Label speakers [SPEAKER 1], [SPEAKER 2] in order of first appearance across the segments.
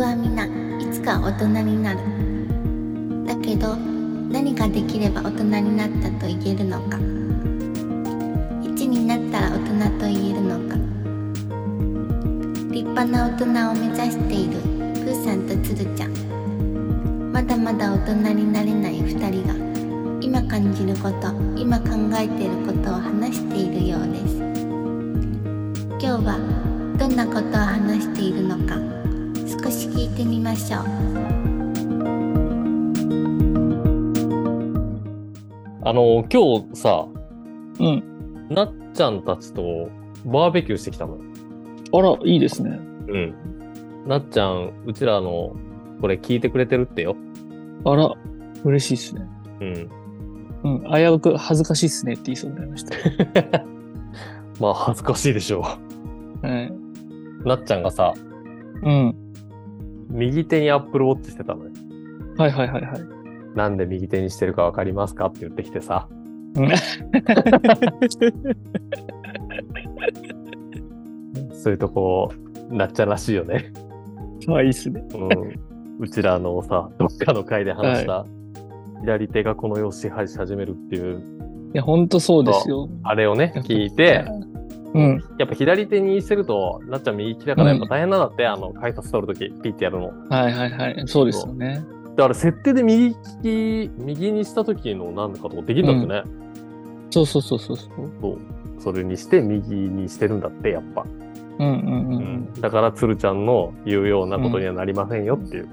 [SPEAKER 1] はみんないつか大人になるだけど何ができれば大人になったと言えるのか1になったら大人と言えるのか立派な大人を目指しているプーさんとつるちゃんまだまだ大人になれない2人が今感じること今考えていることを話しているようです今日はどんなことを話しているのか少し聞いてみましょう
[SPEAKER 2] あの、今日さ、
[SPEAKER 3] うん。
[SPEAKER 2] なっちゃんたちとバーベキューしてきたのよ。
[SPEAKER 3] あら、いいですね。
[SPEAKER 2] うん。なっちゃん、うちらの、これ聞いてくれてるってよ。
[SPEAKER 3] あら、嬉しいですね。
[SPEAKER 2] うん。
[SPEAKER 3] うん。危うく恥ずかしいですねって言いそうになりました。
[SPEAKER 2] まあ、恥ずかしいでしょ
[SPEAKER 3] はい。
[SPEAKER 2] う。なっちゃんがさ、
[SPEAKER 3] うん。
[SPEAKER 2] 右手にアップルウォッチしてたのよ。
[SPEAKER 3] はいはいはいはい。
[SPEAKER 2] なんで右手にしてるかわかりますかって言ってきてさ。 そういうとこ、なっちゃんらしいよね。
[SPEAKER 3] 可愛いですね。
[SPEAKER 2] うん。うちらのさ、どっかの回で話した、左手がこの世を支配し始めるっていう、
[SPEAKER 3] いや、ほんとそうですよ。
[SPEAKER 2] あれをね、聞いて、
[SPEAKER 3] うん。
[SPEAKER 2] やっぱ左手にすると、なっちゃん右利きだからやっぱ大変なんだって、あの、改札取るとき、ピッてやるの。
[SPEAKER 3] はいはいはい。そうですよね。
[SPEAKER 2] だから設定で右利き、右にしたときのなんかとかできるんだってね。
[SPEAKER 3] そうそうそうそうそう。
[SPEAKER 2] そう。それにして、右にしてるんだって、やっぱ。
[SPEAKER 3] うんうんうん。うん、
[SPEAKER 2] だから、鶴ちゃんの言うようなことにはなりませんよっていう。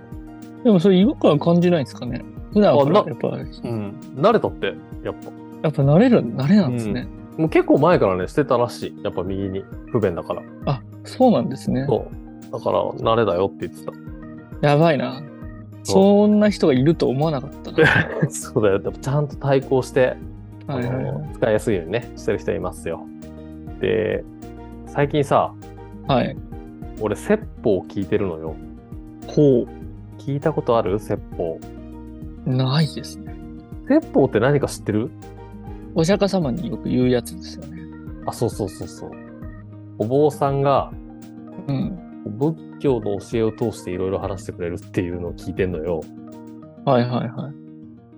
[SPEAKER 3] でもそれ違和感感じないんですかね。普段は
[SPEAKER 2] あな
[SPEAKER 3] やっぱ、や
[SPEAKER 2] うん。慣れたって、やっぱ。
[SPEAKER 3] っぱ慣れる、慣れなんですね。
[SPEAKER 2] もう結構前からね、してたらしい。やっぱ右に。不便だから。
[SPEAKER 3] あ、そうなんですね。
[SPEAKER 2] そう。だから、慣れだよって言ってた。
[SPEAKER 3] やばいな。そんな人がいると思わなかっ たな。
[SPEAKER 2] そうだよ。でもちゃんと対抗して、
[SPEAKER 3] はいはい
[SPEAKER 2] あの使いやすいようにねしてる人いますよで最近さ
[SPEAKER 3] はい。はい。
[SPEAKER 2] 俺説法を聞いてるのよ
[SPEAKER 3] ほ
[SPEAKER 2] 聞いたことある説法
[SPEAKER 3] う。ないですね。
[SPEAKER 2] 説法って何か知ってる
[SPEAKER 3] お釈迦様によく言うやつですよね。
[SPEAKER 2] あそうそうそうそうお坊さんが
[SPEAKER 3] うん。
[SPEAKER 2] 仏教の教えを通していろいろ話してくれるっていうのを聞いてんのよ
[SPEAKER 3] はいはいは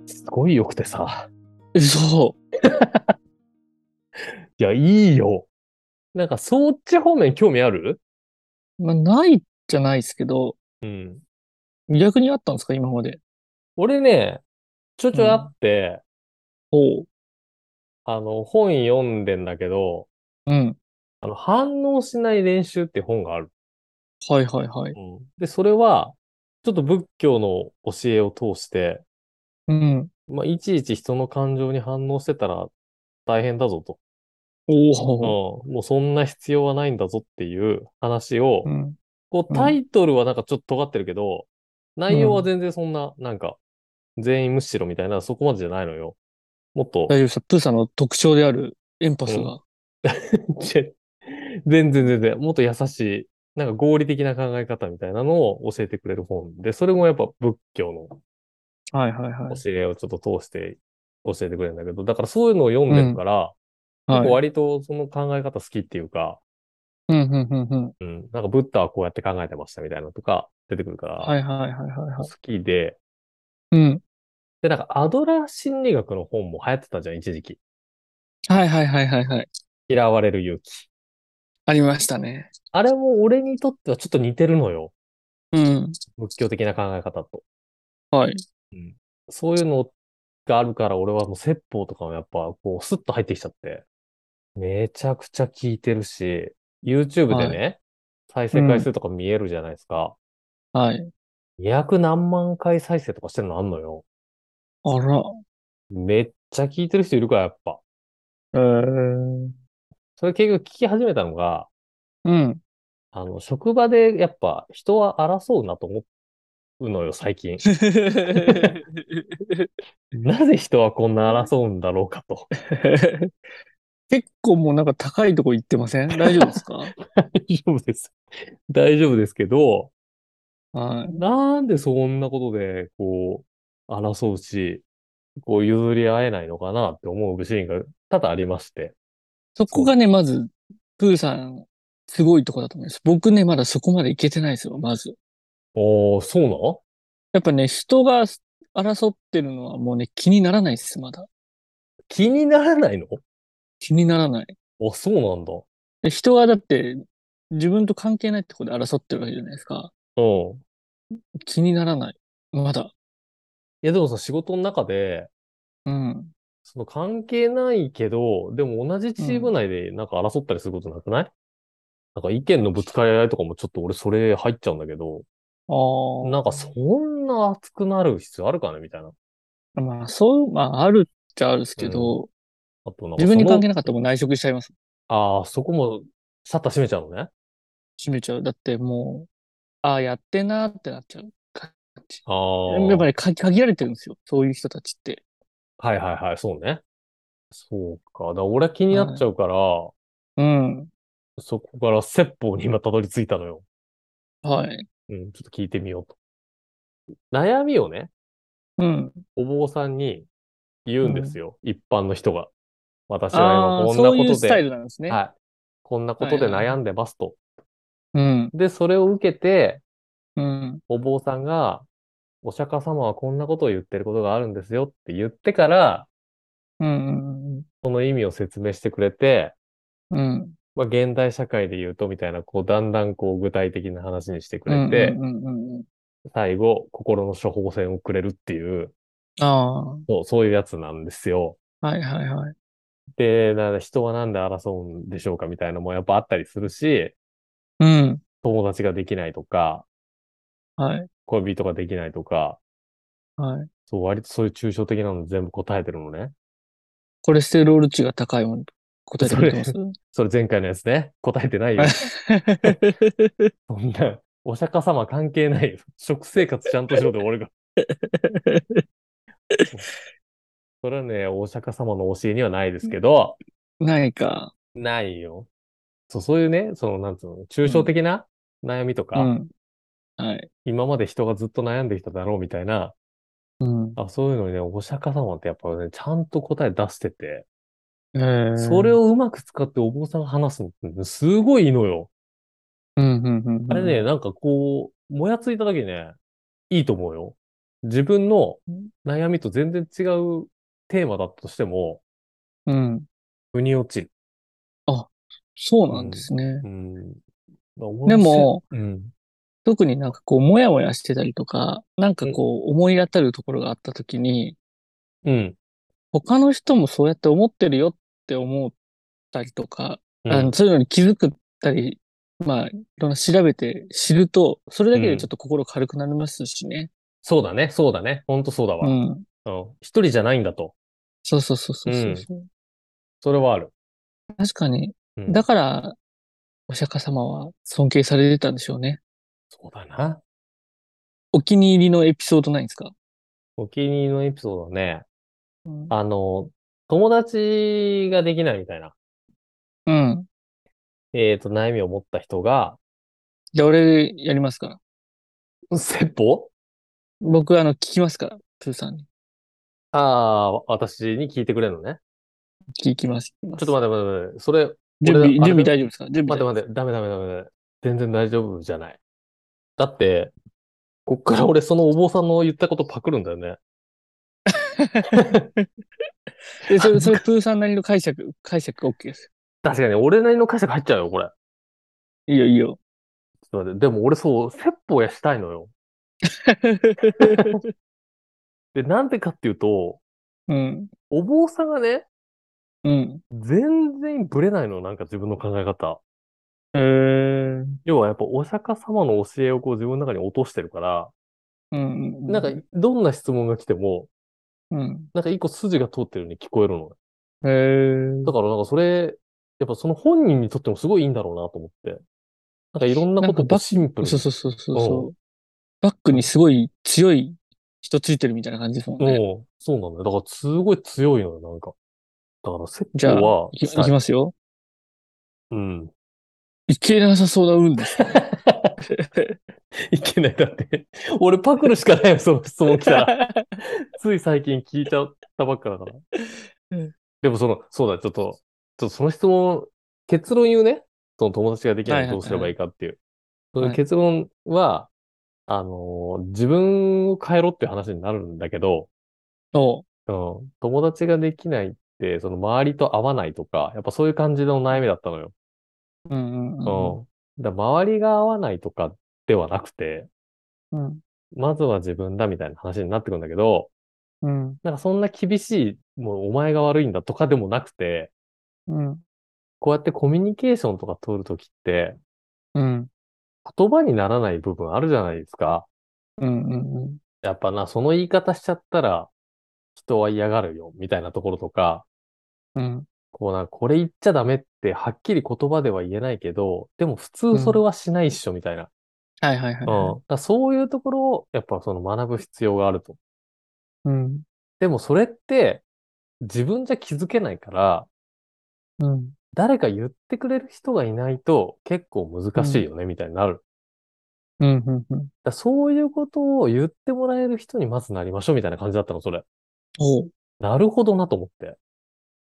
[SPEAKER 3] い。
[SPEAKER 2] すごいよくてさ
[SPEAKER 3] 嘘
[SPEAKER 2] いやいいよなんかそっち方面興味ある
[SPEAKER 3] まあ、ないじゃないですけど、
[SPEAKER 2] うん
[SPEAKER 3] 逆にあったんですか今まで。
[SPEAKER 2] 俺ねちょちょあって、
[SPEAKER 3] ほう。
[SPEAKER 2] あの本読んでんだけど
[SPEAKER 3] うん。
[SPEAKER 2] あの反応しない練習って本がある
[SPEAKER 3] はいはいはい。
[SPEAKER 2] で、それは、ちょっと仏教の教えを通して、
[SPEAKER 3] うん。
[SPEAKER 2] まあ、いちいち人の感情に反応してたら大変だぞと。うん
[SPEAKER 3] おお。、
[SPEAKER 2] もうそんな必要はないんだぞっていう話を、
[SPEAKER 3] うん。
[SPEAKER 2] こう
[SPEAKER 3] うん
[SPEAKER 2] タイトルはなんかちょっと尖ってるけど、内容は全然そんな、なんか、全員無視しろみたいな、そこまでじゃないのよ。もっと、
[SPEAKER 3] 大丈夫です。プーさんの特徴であるエンパスが。
[SPEAKER 2] 全然全然、もっと優しい、なんか合理的な考え方みたいなのを教えてくれる本で、それもやっぱ仏教の
[SPEAKER 3] はいはいはい。
[SPEAKER 2] 教えをちょっと通して教えてくれるんだけど、だからそういうのを読んでるから、結構
[SPEAKER 3] はい。
[SPEAKER 2] 割とその考え方好きっていうか、
[SPEAKER 3] うんうんうんうん。
[SPEAKER 2] うん、なんかブッダはこうやって考えてましたみたいなのとか出てくるから、
[SPEAKER 3] はいはいはいはいは
[SPEAKER 2] 好
[SPEAKER 3] い。
[SPEAKER 2] きで、
[SPEAKER 3] うん。
[SPEAKER 2] で、なんかアドラー心理学の本も流行ってたじゃん、一時期。
[SPEAKER 3] はいはいはいはいはい。
[SPEAKER 2] 嫌われる勇気。
[SPEAKER 3] ありましたね。
[SPEAKER 2] あれも俺にとってはちょっと似てるのよ。
[SPEAKER 3] うん。
[SPEAKER 2] 仏教的な考え方と。
[SPEAKER 3] はい。
[SPEAKER 2] そういうのがあるから俺はもう説法とかもやっぱこうスッと入ってきちゃって。めちゃくちゃ聞いてるし、YouTube でね、再生回数とか見えるじゃないですか。
[SPEAKER 3] はい。
[SPEAKER 2] 200何万回再生とかしてるのあんのよ。
[SPEAKER 3] あら。
[SPEAKER 2] めっちゃ聞いてる人いるからやっぱ。
[SPEAKER 3] えー。
[SPEAKER 2] それ結局聞き始めたのが、
[SPEAKER 3] うん。
[SPEAKER 2] あの、職場でやっぱ人は争うなと思うのよ、最 近。なぜ人はこんな争うんだろうかと。
[SPEAKER 3] 結構もうなんか高いとこ行ってません大丈夫 ですか
[SPEAKER 2] 大丈夫です。大丈夫ですけど、
[SPEAKER 3] はい。
[SPEAKER 2] なんでそんなことで、こう、争うし、こう、譲り合えないのかなって思うシーンが多々ありまして。
[SPEAKER 3] そこがね、まず、プーさん、すごいとこだと思います。僕ね、まだそこまで行けてないですよ、まず。
[SPEAKER 2] おー、そうなの
[SPEAKER 3] やっぱね、人が争ってるのはもうね、気にならないです、まだ。
[SPEAKER 2] 気にならないの
[SPEAKER 3] 気にならない。
[SPEAKER 2] あ、そうなんだ。
[SPEAKER 3] で人がだって、自分と関係ないってことで争ってるわけじゃないですか。
[SPEAKER 2] うん。
[SPEAKER 3] 気にならない。まだ。
[SPEAKER 2] いや、でもさ、仕事の中で、
[SPEAKER 3] うん。
[SPEAKER 2] その関係ないけど、でも同じチーム内でなんか争ったりすることなくない、なんか意見のぶつかり合いとかもちょっと俺それ入っちゃうんだけど、
[SPEAKER 3] ああ。
[SPEAKER 2] なんかそんな熱くなる必要あるかねみたいな。
[SPEAKER 3] まあ、そう、まあ、あるっちゃあるんですけど、
[SPEAKER 2] あとなんか
[SPEAKER 3] 自分に関係
[SPEAKER 2] ない。
[SPEAKER 3] なかったらもう内職しちゃいます。
[SPEAKER 2] ああ、そこもシャッター閉めちゃうのね。
[SPEAKER 3] 閉めちゃう。だってもう、ああ、やってんなーってなっちゃう。か
[SPEAKER 2] ああ。
[SPEAKER 3] やっぱりか限られてるんですよ。そういう人たちって。
[SPEAKER 2] はいはいはい、そうね。そうか。だから俺は気になっちゃうから、
[SPEAKER 3] うん。
[SPEAKER 2] そこから説法に今たどり着いたのよ。
[SPEAKER 3] はい。
[SPEAKER 2] うん、ちょっと聞いてみようと。悩みをね、
[SPEAKER 3] うん。
[SPEAKER 2] お坊さんに言うんですよ。一般の人が。私
[SPEAKER 3] あ
[SPEAKER 2] は
[SPEAKER 3] あー、
[SPEAKER 2] 今こんな
[SPEAKER 3] そう
[SPEAKER 2] こ
[SPEAKER 3] いう
[SPEAKER 2] と
[SPEAKER 3] スタイ
[SPEAKER 2] で、
[SPEAKER 3] ルなんですね。
[SPEAKER 2] はい。こんなことで
[SPEAKER 3] はいはいは
[SPEAKER 2] 悩んでますと。
[SPEAKER 3] うん。
[SPEAKER 2] で、それを受けて、
[SPEAKER 3] うん。
[SPEAKER 2] お坊さんが、お釈迦様はこんなことを言ってることがあるんですよって言ってから、
[SPEAKER 3] うん。
[SPEAKER 2] その意味を説明してくれて、
[SPEAKER 3] うん。うん。
[SPEAKER 2] まあ、現代社会で言うとみたいな、こう、だんだんこう、具体的な話にしてく
[SPEAKER 3] う
[SPEAKER 2] れ
[SPEAKER 3] ん。
[SPEAKER 2] て、
[SPEAKER 3] うん。うん。
[SPEAKER 2] 最後、心の処方箋をくれるっていう、
[SPEAKER 3] あ
[SPEAKER 2] そう、そういうやつなんですよ。
[SPEAKER 3] あ。はいはいはい。
[SPEAKER 2] で、なんだ人はなんで争うんでしょうかみたいなのもやっぱあったりするし、
[SPEAKER 3] うん。
[SPEAKER 2] 友達ができないとか、
[SPEAKER 3] はい。
[SPEAKER 2] 恋人ができないとか、
[SPEAKER 3] はい。
[SPEAKER 2] そう、割とそういう抽象的なの全部答えてるのね。
[SPEAKER 3] コレステロール値が高いもの、答えてくれてます。
[SPEAKER 2] それ前回のやつね。答えてないよ。 そんな、お釈迦様関係ないよ。 食生活ちゃんとしろで俺が。 それはね、お釈迦様の教えにはないですけど、
[SPEAKER 3] ないか。
[SPEAKER 2] ないよ。そう、そういうね、その、なんつうの、抽象的な悩みと
[SPEAKER 3] う
[SPEAKER 2] か、
[SPEAKER 3] ん。はい。
[SPEAKER 2] 今まで人がずっと悩んできただろうみたいな、
[SPEAKER 3] うん。
[SPEAKER 2] あそういうのにね、お釈迦様ってやっぱね、ちゃんと答え出してて、
[SPEAKER 3] えー
[SPEAKER 2] それをうまく使ってお坊さんが話すのって、すごいいいのよ。
[SPEAKER 3] うんうんうんうん
[SPEAKER 2] あれね、なんかこう、もやついただけね、いいと思うよ。自分の悩みと全然違うテーマだったとしても、
[SPEAKER 3] うん。
[SPEAKER 2] 腑に落ちる。
[SPEAKER 3] そうなんですね。
[SPEAKER 2] うん。
[SPEAKER 3] でも、
[SPEAKER 2] うん。
[SPEAKER 3] 特になんかこう、もやもやしてたりとか、なんかこう、思い当たるところがあったときに、
[SPEAKER 2] うん。
[SPEAKER 3] 他の人もそうやって思ってるよって思ったりとか、
[SPEAKER 2] うん
[SPEAKER 3] あのそういうのに気づくったり、まあ、いろんな調べて知ると、それだけでちょっと心軽くなりますしね。
[SPEAKER 2] そうだね、そうだね。ほんとそうだわ。
[SPEAKER 3] う
[SPEAKER 2] うん
[SPEAKER 3] ん。
[SPEAKER 2] 一人じゃないんだと。
[SPEAKER 3] そうそうそうそうそうそう、
[SPEAKER 2] それはある。
[SPEAKER 3] 確かに。
[SPEAKER 2] うん
[SPEAKER 3] だから、お釈迦様は尊敬されてたんでしょうね。
[SPEAKER 2] そうだな。
[SPEAKER 3] お気に入りのエピソードないんですか
[SPEAKER 2] お気に入りのエピソードはね、
[SPEAKER 3] うん。
[SPEAKER 2] あの、友達ができないみたいな、
[SPEAKER 3] うん。
[SPEAKER 2] えっ、と、悩みを持った人が、
[SPEAKER 3] じゃあ俺やりますから。
[SPEAKER 2] 説法
[SPEAKER 3] 僕、あの、聞きますから、プーさんに。
[SPEAKER 2] ああ、私に聞いてくれるのね。
[SPEAKER 3] 聞きます。ちょっ
[SPEAKER 2] ちょっと待って待って待って、それ、
[SPEAKER 3] 準
[SPEAKER 2] 俺
[SPEAKER 3] 備、
[SPEAKER 2] だ
[SPEAKER 3] 準備大丈夫ですか準備
[SPEAKER 2] 待っ
[SPEAKER 3] 大
[SPEAKER 2] て待
[SPEAKER 3] 丈夫
[SPEAKER 2] って、ダメダメダメダメ。全然大丈夫じゃない。だって、こっから俺そのお坊さんの言ったことパクるんだよね。
[SPEAKER 3] え、それ、それ、プーさんなりの解釈、解釈 OK です。
[SPEAKER 2] 確かに、俺なりの解釈入っちゃうよ、これ。
[SPEAKER 3] いいよ、いいよ。
[SPEAKER 2] ちょっと待って、でも俺そう、説法やしたいの よ。で、なんでかっていうと、
[SPEAKER 3] うん、
[SPEAKER 2] お坊さんがね、
[SPEAKER 3] うん。
[SPEAKER 2] 全然ブレないの、なんか自分の考え方。
[SPEAKER 3] えー、
[SPEAKER 2] 要はやっぱお釈迦様の教えをこう自分の中に落としてるから、
[SPEAKER 3] うん。
[SPEAKER 2] なんかどんな質問が来ても、
[SPEAKER 3] うん。
[SPEAKER 2] なんか一個筋が通ってるように聞こえるのね。
[SPEAKER 3] えー、
[SPEAKER 2] だからなんかそれ、やっぱその本人にとってもすごいいいんだろうなと思って。なんかいろんなこと
[SPEAKER 3] なんかバ
[SPEAKER 2] と
[SPEAKER 3] ッ
[SPEAKER 2] シンプルに
[SPEAKER 3] そうそうそうそう
[SPEAKER 2] お
[SPEAKER 3] そう。バックにすごい強い人ついてるみたいな感じですもんね。
[SPEAKER 2] うん、そうなんだよ。だからすごい強いのよ、なんか。だから説
[SPEAKER 3] じゃあ
[SPEAKER 2] 法は、
[SPEAKER 3] いきいきますよ。
[SPEAKER 2] うん。
[SPEAKER 3] いけなさそうな 運です。
[SPEAKER 2] いけない。だって、俺パクるしかないよ、その質問来たら。つい最近聞いちゃったばっかだから
[SPEAKER 3] うん。
[SPEAKER 2] でもその、そうだ、ちょっと、ちょっとその質問、結論言うね。その友達ができないのどうすればいいかっていう。
[SPEAKER 3] はいはいはい
[SPEAKER 2] その結論は、あの、自分を変えろっていう話になるんだけど、
[SPEAKER 3] おう
[SPEAKER 2] うん、友達ができないって、その周りと合わないとか、やっぱそういう感じの悩みだったのよ。
[SPEAKER 3] うんうんうん
[SPEAKER 2] うん。だから周りが合わないとかではなくて、
[SPEAKER 3] うん。
[SPEAKER 2] まずは自分だみたいな話になってくるんだけど、
[SPEAKER 3] うん。
[SPEAKER 2] なんかそんな厳しい、もうお前が悪いんだとかでもなくて、
[SPEAKER 3] うん。
[SPEAKER 2] こうやってコミュニケーションとか取るときって、
[SPEAKER 3] うん。
[SPEAKER 2] 言葉にならない部分あるじゃないですか。
[SPEAKER 3] うん。うん。
[SPEAKER 2] やっぱな、その言い方しちゃったら、人は嫌がるよ、みたいなところとか、
[SPEAKER 3] うん。
[SPEAKER 2] こうな、これ言っちゃダメって、はっきり言葉では言えないけど、でも普通それはしないっしょ、みたいな。
[SPEAKER 3] はいはいはい
[SPEAKER 2] うん。だ
[SPEAKER 3] は
[SPEAKER 2] からそういうところを、やっぱその学ぶ必要があると。
[SPEAKER 3] い。うん。
[SPEAKER 2] でもそれって、自分じゃ気づけないから、
[SPEAKER 3] うん。
[SPEAKER 2] 誰か言ってくれる人がいないと、結構難しいよね、みたいになる。
[SPEAKER 3] うん。うん。う
[SPEAKER 2] だか
[SPEAKER 3] ん。
[SPEAKER 2] らそういうことを言ってもらえる人にまずなりましょうみたいな感じだったの、それ。
[SPEAKER 3] おう。
[SPEAKER 2] なるほどなと思って。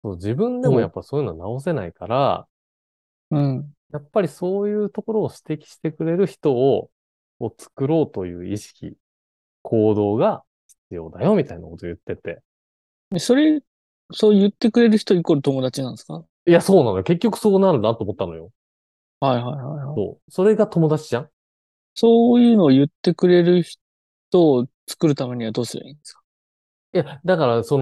[SPEAKER 2] そう自分で
[SPEAKER 3] う
[SPEAKER 2] も
[SPEAKER 3] ん
[SPEAKER 2] やっぱそういうのは直せないから、
[SPEAKER 3] うん。
[SPEAKER 2] やっぱりそういうところを指摘してくれる人を、を作ろうという意識、行動が必要だよみたいなこと言ってて。
[SPEAKER 3] でそれ、そう言ってくれる人イコール友達なんですかはい
[SPEAKER 2] いや、そうなのよ。結局そうなるなと思ったのよ。
[SPEAKER 3] はいはいはい。
[SPEAKER 2] そう。それが友達じゃん
[SPEAKER 3] そういうのを言ってくれる人を作るためにはどうすればいいんですか
[SPEAKER 2] いや、だから、そ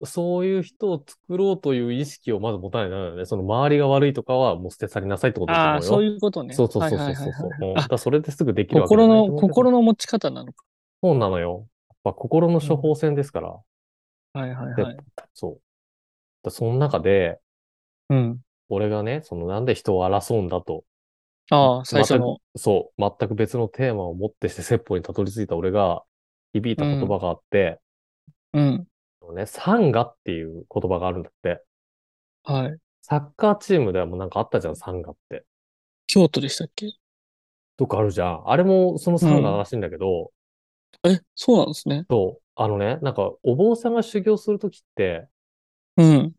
[SPEAKER 2] の、そういう人を作ろうという意識をまず持たないとダメだよね。その周りが悪いとかはもう捨て去りなさいってことだと思う
[SPEAKER 3] あ
[SPEAKER 2] よ。
[SPEAKER 3] あ、そういうことね。
[SPEAKER 2] そうそうそう
[SPEAKER 3] は
[SPEAKER 2] そ
[SPEAKER 3] いうは
[SPEAKER 2] そ
[SPEAKER 3] い
[SPEAKER 2] う
[SPEAKER 3] はいはい。
[SPEAKER 2] そう。うん
[SPEAKER 3] あ
[SPEAKER 2] だからそれですぐできるわけじゃ
[SPEAKER 3] 心
[SPEAKER 2] ない
[SPEAKER 3] の、心
[SPEAKER 2] の。
[SPEAKER 3] の持ち方なのか。
[SPEAKER 2] そうなのよ。やっぱ心の処方箋ですから。
[SPEAKER 3] はいはいはい。
[SPEAKER 2] そう。だからその中で、
[SPEAKER 3] うん。
[SPEAKER 2] 俺がね、そのなんで人を争うんだと、
[SPEAKER 3] ああ、最初の。
[SPEAKER 2] そう、全く別のテーマを持ってして説法にたどり着いた俺が響いた言葉があって、
[SPEAKER 3] うん。
[SPEAKER 2] ね、サンガっていう言葉があるんだって。
[SPEAKER 3] はい。
[SPEAKER 2] サッカーチームでもなんかあったじゃん、サンガって。
[SPEAKER 3] 京都でしたっけ
[SPEAKER 2] とかあるじゃん。あれもそのサンガらしいんだけど、
[SPEAKER 3] え、そうなんですね。
[SPEAKER 2] そう、あのね、なんかお坊さんが修行するときって、
[SPEAKER 3] うん。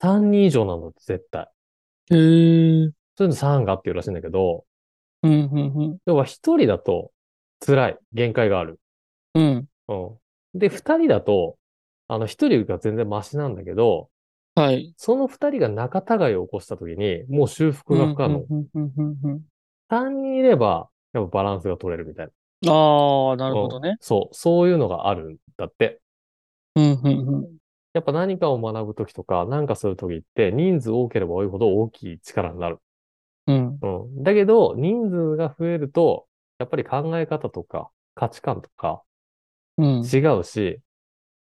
[SPEAKER 2] 3人以上なんだって、絶対。
[SPEAKER 3] へ
[SPEAKER 2] そう
[SPEAKER 3] え。
[SPEAKER 2] いうのサンガっていうらしいんだけど、
[SPEAKER 3] うん、うん、
[SPEAKER 2] 要は一人だと辛い。限界がある。
[SPEAKER 3] うん。うん。
[SPEAKER 2] うん。で、二人だと、あの、一人が全然マシなんだけど、
[SPEAKER 3] はい。
[SPEAKER 2] その二人が仲違いを起こした時に、もう修復が不可能。
[SPEAKER 3] うんうんうんうんうん
[SPEAKER 2] 三人いれば、やっぱバランスが取れるみたいな。
[SPEAKER 3] うんああ、なるほどね。
[SPEAKER 2] そう、そういうのがあるんだって。
[SPEAKER 3] うん、うん、うん。
[SPEAKER 2] やっぱ何かを学ぶ時とか、何かする時って、人数多ければ多いほど大きい力になる。
[SPEAKER 3] うん。
[SPEAKER 2] うん。だけど、人数が増えると、やっぱり考え方とか、価値観とか、
[SPEAKER 3] うん。
[SPEAKER 2] 違うし、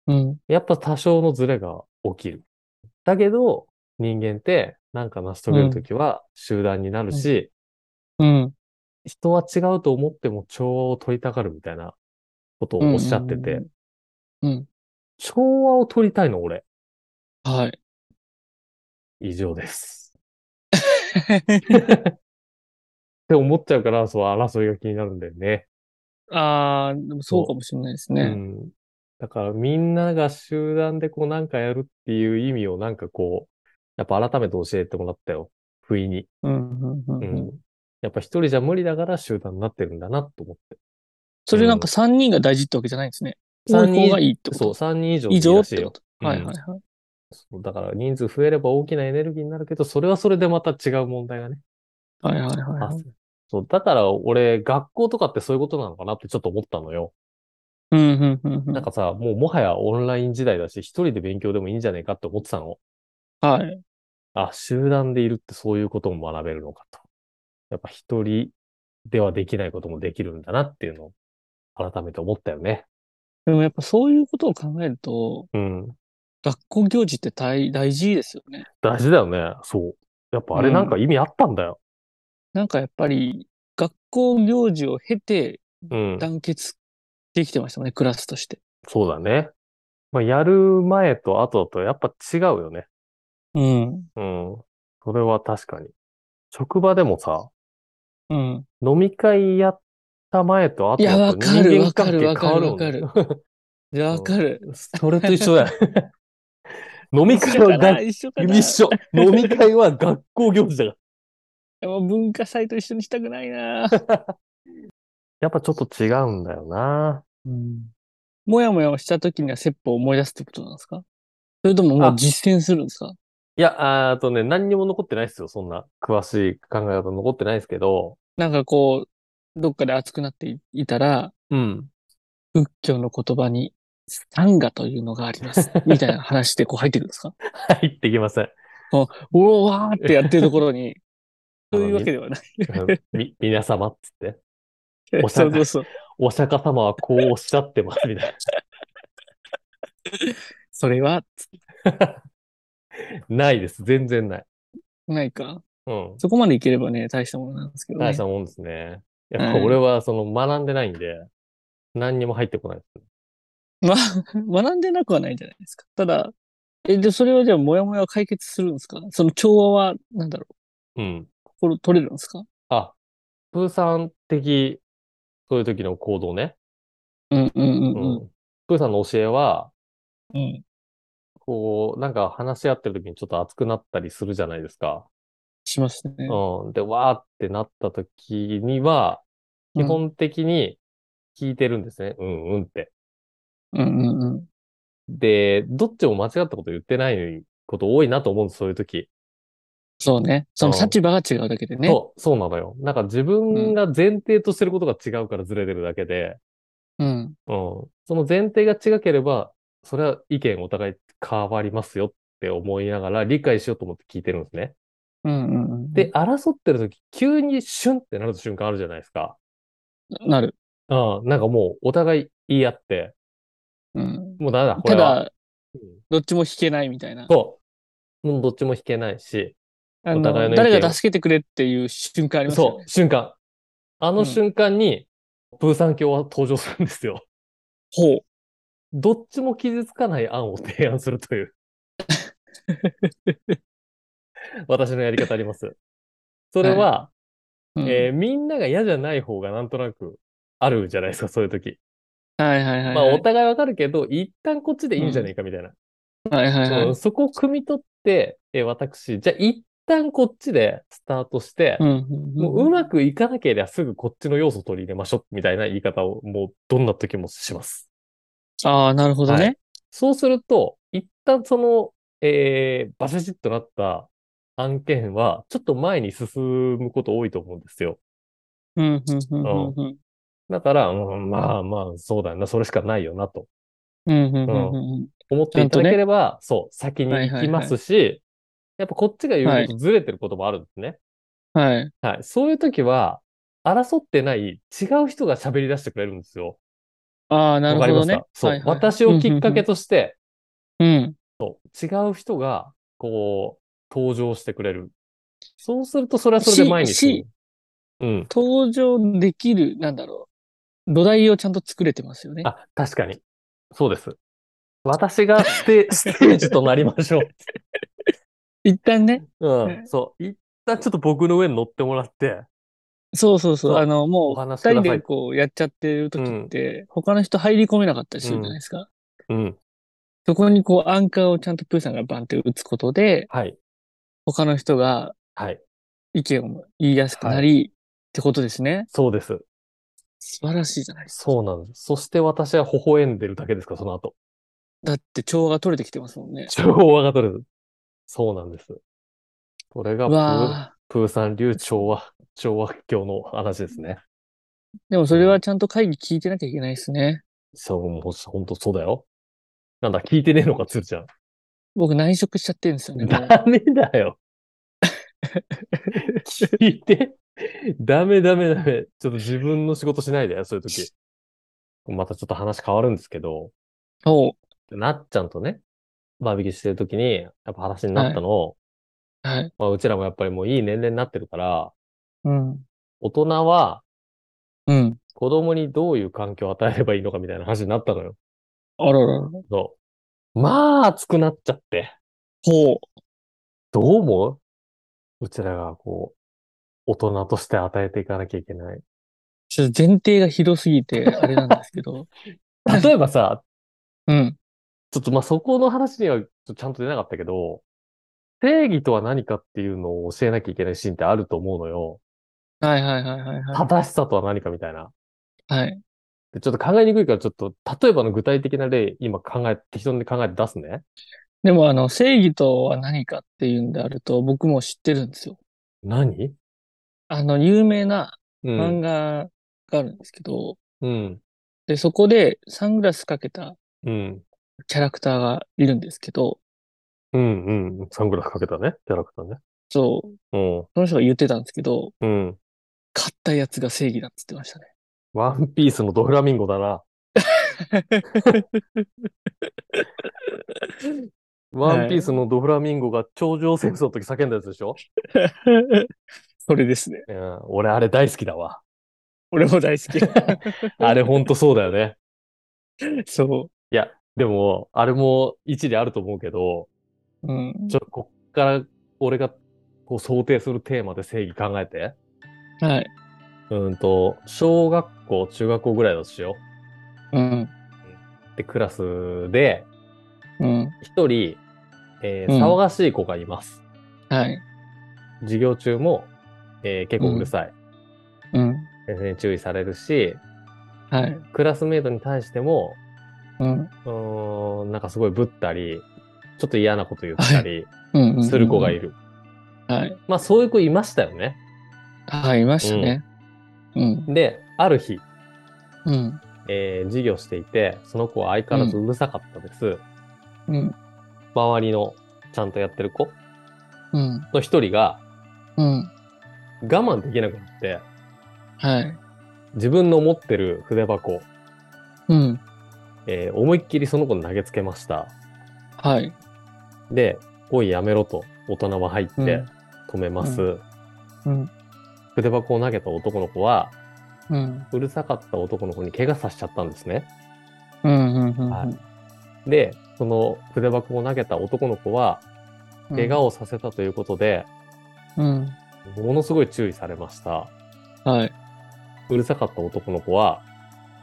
[SPEAKER 3] うん。
[SPEAKER 2] やっぱ多少のズレが起きる。だけど、人間って何か成し遂げるときは集団になるし、
[SPEAKER 3] うん。
[SPEAKER 2] 人は違うと思っても調和を取りたがるみたいなこと
[SPEAKER 3] うん
[SPEAKER 2] をおっしゃってて、。
[SPEAKER 3] うんうん。
[SPEAKER 2] 調和を取りたいの俺。
[SPEAKER 3] はい。
[SPEAKER 2] 以上 です。って思っちゃうから、そう争いが気になるんだよね。
[SPEAKER 3] ああ、でもそうかもしれないです
[SPEAKER 2] う
[SPEAKER 3] ね。
[SPEAKER 2] ん。だからみんなが集団でこうなんかやるっていう意味をなんかこう、やっぱ改めて教えてもらったよ。不意に。
[SPEAKER 3] うん。うん。うん。
[SPEAKER 2] う
[SPEAKER 3] うん
[SPEAKER 2] ん。やっぱ一人じゃ無理だから集団になってるんだなと思って。
[SPEAKER 3] それなんか3人が大事ってわけじゃないんですね。
[SPEAKER 2] 三
[SPEAKER 3] 多い方が
[SPEAKER 2] 以
[SPEAKER 3] いいってこ
[SPEAKER 2] そう、
[SPEAKER 3] と。
[SPEAKER 2] 3人以上でい
[SPEAKER 3] 以
[SPEAKER 2] い
[SPEAKER 3] 上
[SPEAKER 2] ら
[SPEAKER 3] っ
[SPEAKER 2] しい
[SPEAKER 3] てこ
[SPEAKER 2] よ
[SPEAKER 3] と。
[SPEAKER 2] うん
[SPEAKER 3] はいはいはい。
[SPEAKER 2] そうだから人数増えれば大きなエネルギーになるけど、それはそれでまた違う問題がね。
[SPEAKER 3] はいはいはいは
[SPEAKER 2] あ
[SPEAKER 3] い。
[SPEAKER 2] そう、だから俺、学校とかってそういうことなのかなってちょっと思ったのよ。
[SPEAKER 3] うんうんうんうん
[SPEAKER 2] なんかさ、もうもはやオンライン時代だし、一人で勉強でもいいんじゃねえかって思ってたの。
[SPEAKER 3] はい。
[SPEAKER 2] あ、集団でいるってそういうことも学べるのかと。やっぱ一人ではできないこともできるんだなっていうのを改めて思ったよね。
[SPEAKER 3] でもやっぱそういうことを考えると、
[SPEAKER 2] うん。
[SPEAKER 3] 学校行事って大大事ですよね。
[SPEAKER 2] 大事だよね。そう。やっぱあれなんか意味あったんだよ。
[SPEAKER 3] なんかやっぱり学校行事を経て
[SPEAKER 2] うん。
[SPEAKER 3] 団結できてましたもんね、クラスとして。
[SPEAKER 2] そうだね。まあ、やる前と後だとやっぱ違うよね。
[SPEAKER 3] うん。
[SPEAKER 2] うん。それは確かに。職場でもさ、
[SPEAKER 3] うん。
[SPEAKER 2] 飲み会やった前と後
[SPEAKER 3] いや、
[SPEAKER 2] だ
[SPEAKER 3] わ
[SPEAKER 2] と
[SPEAKER 3] か
[SPEAKER 2] 人
[SPEAKER 3] る、
[SPEAKER 2] 間
[SPEAKER 3] わか
[SPEAKER 2] 関係
[SPEAKER 3] る、わ
[SPEAKER 2] 変
[SPEAKER 3] か
[SPEAKER 2] わ
[SPEAKER 3] る、
[SPEAKER 2] る
[SPEAKER 3] わ
[SPEAKER 2] もん
[SPEAKER 3] か
[SPEAKER 2] ね
[SPEAKER 3] る。。いやわかる。
[SPEAKER 2] それと一 緒だよ。飲み会は学、
[SPEAKER 3] 一緒かな。
[SPEAKER 2] 一緒。飲み会は学校行事だから。
[SPEAKER 3] いやもう文化祭と一緒にしたくないな。
[SPEAKER 2] やっぱちょっと違うんだよな。
[SPEAKER 3] うん。もやもやした時には説法を思い出すってことなんですかそれとももう
[SPEAKER 2] あ
[SPEAKER 3] 実践するんですか
[SPEAKER 2] いや、あーあとね、何にも残ってないですよ。そんな詳しい考え方残ってないですけど。
[SPEAKER 3] なんかこう、どっかで熱くなっていたら、
[SPEAKER 2] うん。
[SPEAKER 3] 仏教の言葉に、サンガというのがあり ます。みたいな話でこう入ってくるんですか
[SPEAKER 2] 入ってきません。
[SPEAKER 3] おーわーってやってるところに、
[SPEAKER 2] あ
[SPEAKER 3] そ
[SPEAKER 2] の
[SPEAKER 3] ういうわけではない。
[SPEAKER 2] み、皆様っつって。お
[SPEAKER 3] そ
[SPEAKER 2] 釈
[SPEAKER 3] うそうそう。
[SPEAKER 2] お釈迦様はこうおっしゃってます、みたい
[SPEAKER 3] それは、
[SPEAKER 2] な。ないです。全然ない。
[SPEAKER 3] ないか。
[SPEAKER 2] うん。
[SPEAKER 3] そこまでいければね、大したものなんですけどね。
[SPEAKER 2] 大したもんですね。やっぱ
[SPEAKER 3] うん
[SPEAKER 2] 俺はその学んでないんで、何にも入ってこないです。
[SPEAKER 3] ま、学んでなくはないじゃないですか。ただ、え、で、それはじゃあ、もやもやは解決するんですかその調和は、なんだろう、
[SPEAKER 2] うん。
[SPEAKER 3] 心取れるんですか
[SPEAKER 2] あ、プーさん的、そういう時の行動ね。
[SPEAKER 3] うんうんうんうん。
[SPEAKER 2] うん。プーさんの教えは、
[SPEAKER 3] うん。
[SPEAKER 2] こう、なんか話し合ってる時にちょっと熱くなったりするじゃないですか。
[SPEAKER 3] しますね。
[SPEAKER 2] うん。で、わーってなった時には、基本的に聞いてるんですね。うん、うんって。
[SPEAKER 3] うんうんうん。
[SPEAKER 2] で、どっちも間違ったこと言ってないこと多いなと思うんです、そういう時。
[SPEAKER 3] そうね。その
[SPEAKER 2] うん
[SPEAKER 3] 立場が違うだけでね。
[SPEAKER 2] そう、そうなのよ。なんか自分が前提としてることが違うからずれてるだけで、
[SPEAKER 3] うん。
[SPEAKER 2] うん。その前提が違ければ、それは意見お互い変わりますよって思いながら理解しようと思って聞いてるんですね。
[SPEAKER 3] うんうんうん。
[SPEAKER 2] で、、争ってる時、急にシュンってなる瞬間あるじゃないですか。
[SPEAKER 3] なる。
[SPEAKER 2] うん。なんかもうお互い言い合って、
[SPEAKER 3] うん。
[SPEAKER 2] もうダメだ、こ
[SPEAKER 3] た
[SPEAKER 2] れは。
[SPEAKER 3] だ、
[SPEAKER 2] うん
[SPEAKER 3] どっちも引けないみたいな。
[SPEAKER 2] そう。もうどっちも引けないし、
[SPEAKER 3] あ
[SPEAKER 2] お互いの意
[SPEAKER 3] の、
[SPEAKER 2] 見を
[SPEAKER 3] 誰が助けてくれっていう瞬間ありますよ
[SPEAKER 2] そ
[SPEAKER 3] ね。
[SPEAKER 2] う、瞬間。あ
[SPEAKER 3] う
[SPEAKER 2] の
[SPEAKER 3] ん
[SPEAKER 2] 瞬間に、プーさん教は登場するんですよ。
[SPEAKER 3] そう。ほう。
[SPEAKER 2] どっちも傷つかない案を提案すると いう。私のやり方あります。それは、
[SPEAKER 3] うん
[SPEAKER 2] えーみんなが嫌じゃない方がなんとなくあるじゃないですか、そういう時。
[SPEAKER 3] はいはいはい
[SPEAKER 2] まあ、
[SPEAKER 3] はい。
[SPEAKER 2] お互いわかるけど、一旦こっちでいいんじゃねえかみたいな。
[SPEAKER 3] はいはいはい。
[SPEAKER 2] うんそこを汲み取って、えー私、じゃあ一旦こっちでスタートして、
[SPEAKER 3] うん
[SPEAKER 2] もううまくいかなければすぐこっちの要素取り入れましょうみたいな言い方をもうどんな時もします。
[SPEAKER 3] ああ、なるほど
[SPEAKER 2] は
[SPEAKER 3] ね。
[SPEAKER 2] そうすると、一旦その、えー、バシャシッとなった案件はちょっと前に進むこと多いと思うんですよ。
[SPEAKER 3] うんうんうんうんうん。
[SPEAKER 2] だから、うんまあまあ、そうだな、それしかないよなと
[SPEAKER 3] うんうんうんうん
[SPEAKER 2] 思っていただければ、そう、先に行きますし、やっぱこっちが言うことずれてることもあるんですね。
[SPEAKER 3] うん。はい。
[SPEAKER 2] はい。そういう時は、争ってない違う人が喋り出してくれるんですよ。
[SPEAKER 3] ああ、な
[SPEAKER 2] わ
[SPEAKER 3] る
[SPEAKER 2] か
[SPEAKER 3] ほ
[SPEAKER 2] りま
[SPEAKER 3] ど
[SPEAKER 2] す
[SPEAKER 3] ね
[SPEAKER 2] か。そう、
[SPEAKER 3] はいはい
[SPEAKER 2] 私をきっかけ。として、
[SPEAKER 3] うんうんうん。
[SPEAKER 2] そう違う人が、こう、登場してくれる。そうすると、それはそれで前に進
[SPEAKER 3] し
[SPEAKER 2] む。うん。
[SPEAKER 3] 登場できる、なんだろう。土台をちゃんと作れてますよね。
[SPEAKER 2] あ、確かに。そうです。私がス テステージとなりましょ
[SPEAKER 3] 一旦ね。
[SPEAKER 2] う。うん。そう。一旦ちょっと僕の上に乗ってもらって、
[SPEAKER 3] そうそうそう。
[SPEAKER 2] そう
[SPEAKER 3] あの、も
[SPEAKER 2] お
[SPEAKER 3] う、
[SPEAKER 2] 話しく
[SPEAKER 3] 二
[SPEAKER 2] ださ
[SPEAKER 3] 人
[SPEAKER 2] い
[SPEAKER 3] でこうやっちゃってる時って、他の人入り込めなかったりするじゃないですか。
[SPEAKER 2] うん。
[SPEAKER 3] そこにこうアンカーをちゃんとプーさんがバンって打つことで、
[SPEAKER 2] はい。
[SPEAKER 3] 他の人が
[SPEAKER 2] はい。
[SPEAKER 3] 意見を言いやすくなり、ってことですね。
[SPEAKER 2] そうです。
[SPEAKER 3] 素晴らしいじゃないですか。
[SPEAKER 2] そうなんです。そして私は微笑んでるだけですか、その後。
[SPEAKER 3] だって調和が取れてきてますもんね。
[SPEAKER 2] 情報が取れる。そうなんです。これが
[SPEAKER 3] う
[SPEAKER 2] プー、
[SPEAKER 3] わあ。
[SPEAKER 2] プーさん流調和、調和教の話ですね。
[SPEAKER 3] でもそれはちゃんと会議聞いてなきゃいけないですね。
[SPEAKER 2] そう、もうほんとそうだよ。なんだ、聞いてねえのか、つるちゃん。
[SPEAKER 3] 僕内職しちゃってるんですよね。もう
[SPEAKER 2] ダメだ よ。聞いて。ダメダメダメ。ちょっと自分の仕事しないで、そういう時。またちょっと話変わるんですけど、
[SPEAKER 3] そ
[SPEAKER 2] なっちゃんとね、バーベキューしてる時に、やっぱ話になったのを、
[SPEAKER 3] う。はい。
[SPEAKER 2] まあ、うちらもやっぱりもういい年齢になってるから、
[SPEAKER 3] うん。
[SPEAKER 2] 大人は
[SPEAKER 3] うん。
[SPEAKER 2] 子供にどういう環境を与えればいいのかみたいな話になったのよ。
[SPEAKER 3] あららら。
[SPEAKER 2] そう。まあ、熱くなっちゃって。
[SPEAKER 3] ほう。
[SPEAKER 2] どう思ううちらがこう、大人として与えていかなきゃいけ ない。
[SPEAKER 3] ちょっと前提が広すぎ て、あれなんですけど。
[SPEAKER 2] 例えばさ、
[SPEAKER 3] うん。
[SPEAKER 2] ちょっとまあそこの話にはちょっとちゃんと出なかったけど、正義とは何かっていうのを教えなきゃいけないシーンってあると思うのよ。
[SPEAKER 3] はいはいはいはい、はい。
[SPEAKER 2] 正しさとは何かみたいな。
[SPEAKER 3] はい。
[SPEAKER 2] でちょっと考えにくいから、ちょっと、例えばの具体的な例、今考え、適当に考えて出すね。
[SPEAKER 3] でも、あの、正義とは何かっていうんであると、僕も知ってるんですよ。
[SPEAKER 2] 何
[SPEAKER 3] あの、有名な
[SPEAKER 2] う
[SPEAKER 3] 漫
[SPEAKER 2] ん。
[SPEAKER 3] 画があるんですけど、
[SPEAKER 2] うん。
[SPEAKER 3] で、そこでサングラスかけた
[SPEAKER 2] うん。
[SPEAKER 3] キャラクターがいるんですけど、
[SPEAKER 2] うん。うん。サングラスかけたね。キャラクターね。
[SPEAKER 3] そう、
[SPEAKER 2] うん。
[SPEAKER 3] その人が言ってたんですけど、
[SPEAKER 2] うん。
[SPEAKER 3] 買ったやつが正義だって言ってました ね。
[SPEAKER 2] ワンピースのドフラミンゴだな。ワンピースのドフラミンゴが頂上戦争の時叫んだやつでしょ、
[SPEAKER 3] それですね。
[SPEAKER 2] うん、俺あれ大好きだ わ。
[SPEAKER 3] 俺も大好 き。
[SPEAKER 2] あれほんとそうだよね。
[SPEAKER 3] そ
[SPEAKER 2] いや、でも、あれも一理あると思うけど、
[SPEAKER 3] う。うん。
[SPEAKER 2] ちょ、こっから俺がこう想定するテーマで正義考えて。
[SPEAKER 3] はい。
[SPEAKER 2] うんと、小学校、中学校ぐらいだとしよ
[SPEAKER 3] うん。
[SPEAKER 2] う。で、クラスで、
[SPEAKER 3] うん。
[SPEAKER 2] 一人、えー
[SPEAKER 3] うん
[SPEAKER 2] 騒がしい子がいます。
[SPEAKER 3] はい。
[SPEAKER 2] 授業中も、えー結構うるさい。
[SPEAKER 3] うん。
[SPEAKER 2] 先生に注意されるし、
[SPEAKER 3] はい。
[SPEAKER 2] クラスメイトに対しても、
[SPEAKER 3] うん。
[SPEAKER 2] うーん、なんかすごいぶったり、ちょっと嫌なこと言ったり
[SPEAKER 3] うん。うん
[SPEAKER 2] する子がい。る。
[SPEAKER 3] はい。
[SPEAKER 2] まあそういう子いましたよね。
[SPEAKER 3] はい、いましたね。うん。
[SPEAKER 2] で、ある日、
[SPEAKER 3] うん。
[SPEAKER 2] えー授業していて、その子は相変わらずうるさかったです。
[SPEAKER 3] うん。
[SPEAKER 2] 周りのちゃんとやってる子
[SPEAKER 3] うん。
[SPEAKER 2] の一人が
[SPEAKER 3] うん。
[SPEAKER 2] 我慢できなくなって、
[SPEAKER 3] はい。
[SPEAKER 2] 自分の持ってる筆箱、
[SPEAKER 3] うん。
[SPEAKER 2] えー思いっきりその子に投げつけました。
[SPEAKER 3] はい。
[SPEAKER 2] で、おいやめろと大人は入って
[SPEAKER 3] うん
[SPEAKER 2] 止めます。
[SPEAKER 3] うん。
[SPEAKER 2] 筆箱を投げた男の子は、
[SPEAKER 3] うん。
[SPEAKER 2] うるさかった男の子に怪我させちゃったんですね。
[SPEAKER 3] うん。うん。うん。
[SPEAKER 2] はいで、その筆箱を投げた男の子は、怪我
[SPEAKER 3] を。
[SPEAKER 2] をさせたということで、
[SPEAKER 3] うん。
[SPEAKER 2] ものすごい注意されました。
[SPEAKER 3] はい。
[SPEAKER 2] うるさかった男の子は、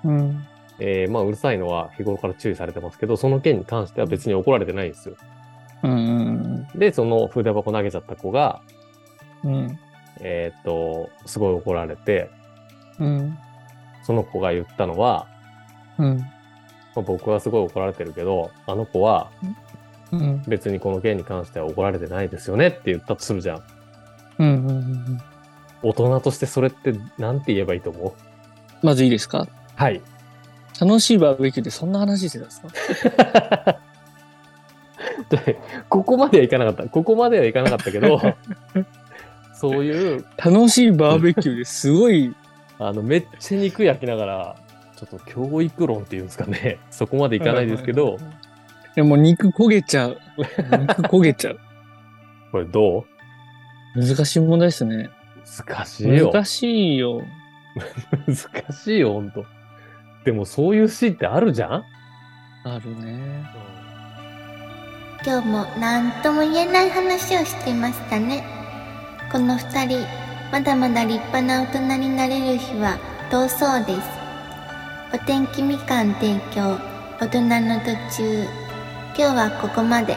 [SPEAKER 3] うん。
[SPEAKER 2] えーまあ、うるさいのは日頃から注意されてますけど、その件に関しては別に怒られてないんですよ。
[SPEAKER 3] うん。
[SPEAKER 2] で、その筆箱投げちゃった子が、
[SPEAKER 3] うん。
[SPEAKER 2] えーっと、すごい怒られて、
[SPEAKER 3] うん。
[SPEAKER 2] その子が言ったのは、
[SPEAKER 3] うん。
[SPEAKER 2] まあ僕はすごい怒られてるけど、あの子は
[SPEAKER 3] うん。
[SPEAKER 2] 別にこの件に関しては怒られてないですよねって言ったとするじゃん。
[SPEAKER 3] うん。うん。
[SPEAKER 2] 大人としてそれってなんて言えばいいと思う
[SPEAKER 3] まずいいですか
[SPEAKER 2] はい。
[SPEAKER 3] 楽しいバーベキューでそんな話してたんですか
[SPEAKER 2] で ここまではいかなかった。ここまではいかなかったけ ど、そういう、
[SPEAKER 3] 楽しいバーベキューですごい、
[SPEAKER 2] あの、めっちゃ肉焼きながら、ちょっと教育論っていうんですかね、 そこまでいかないですけど、
[SPEAKER 3] でも肉焦げちゃ う。肉焦げちゃう。
[SPEAKER 2] これどう
[SPEAKER 3] 難しい問題ですね。
[SPEAKER 2] 難しいよ。
[SPEAKER 3] 難しいよ。
[SPEAKER 2] 難しいよ、ほんと。でもそういうシーンってあるじゃん
[SPEAKER 3] あるね。
[SPEAKER 1] 今日も何とも言えない話をしてましたねこの2人まだまだ立派な大人になれる日は遠そうですお天気みかん提供大人の途中今日はここまで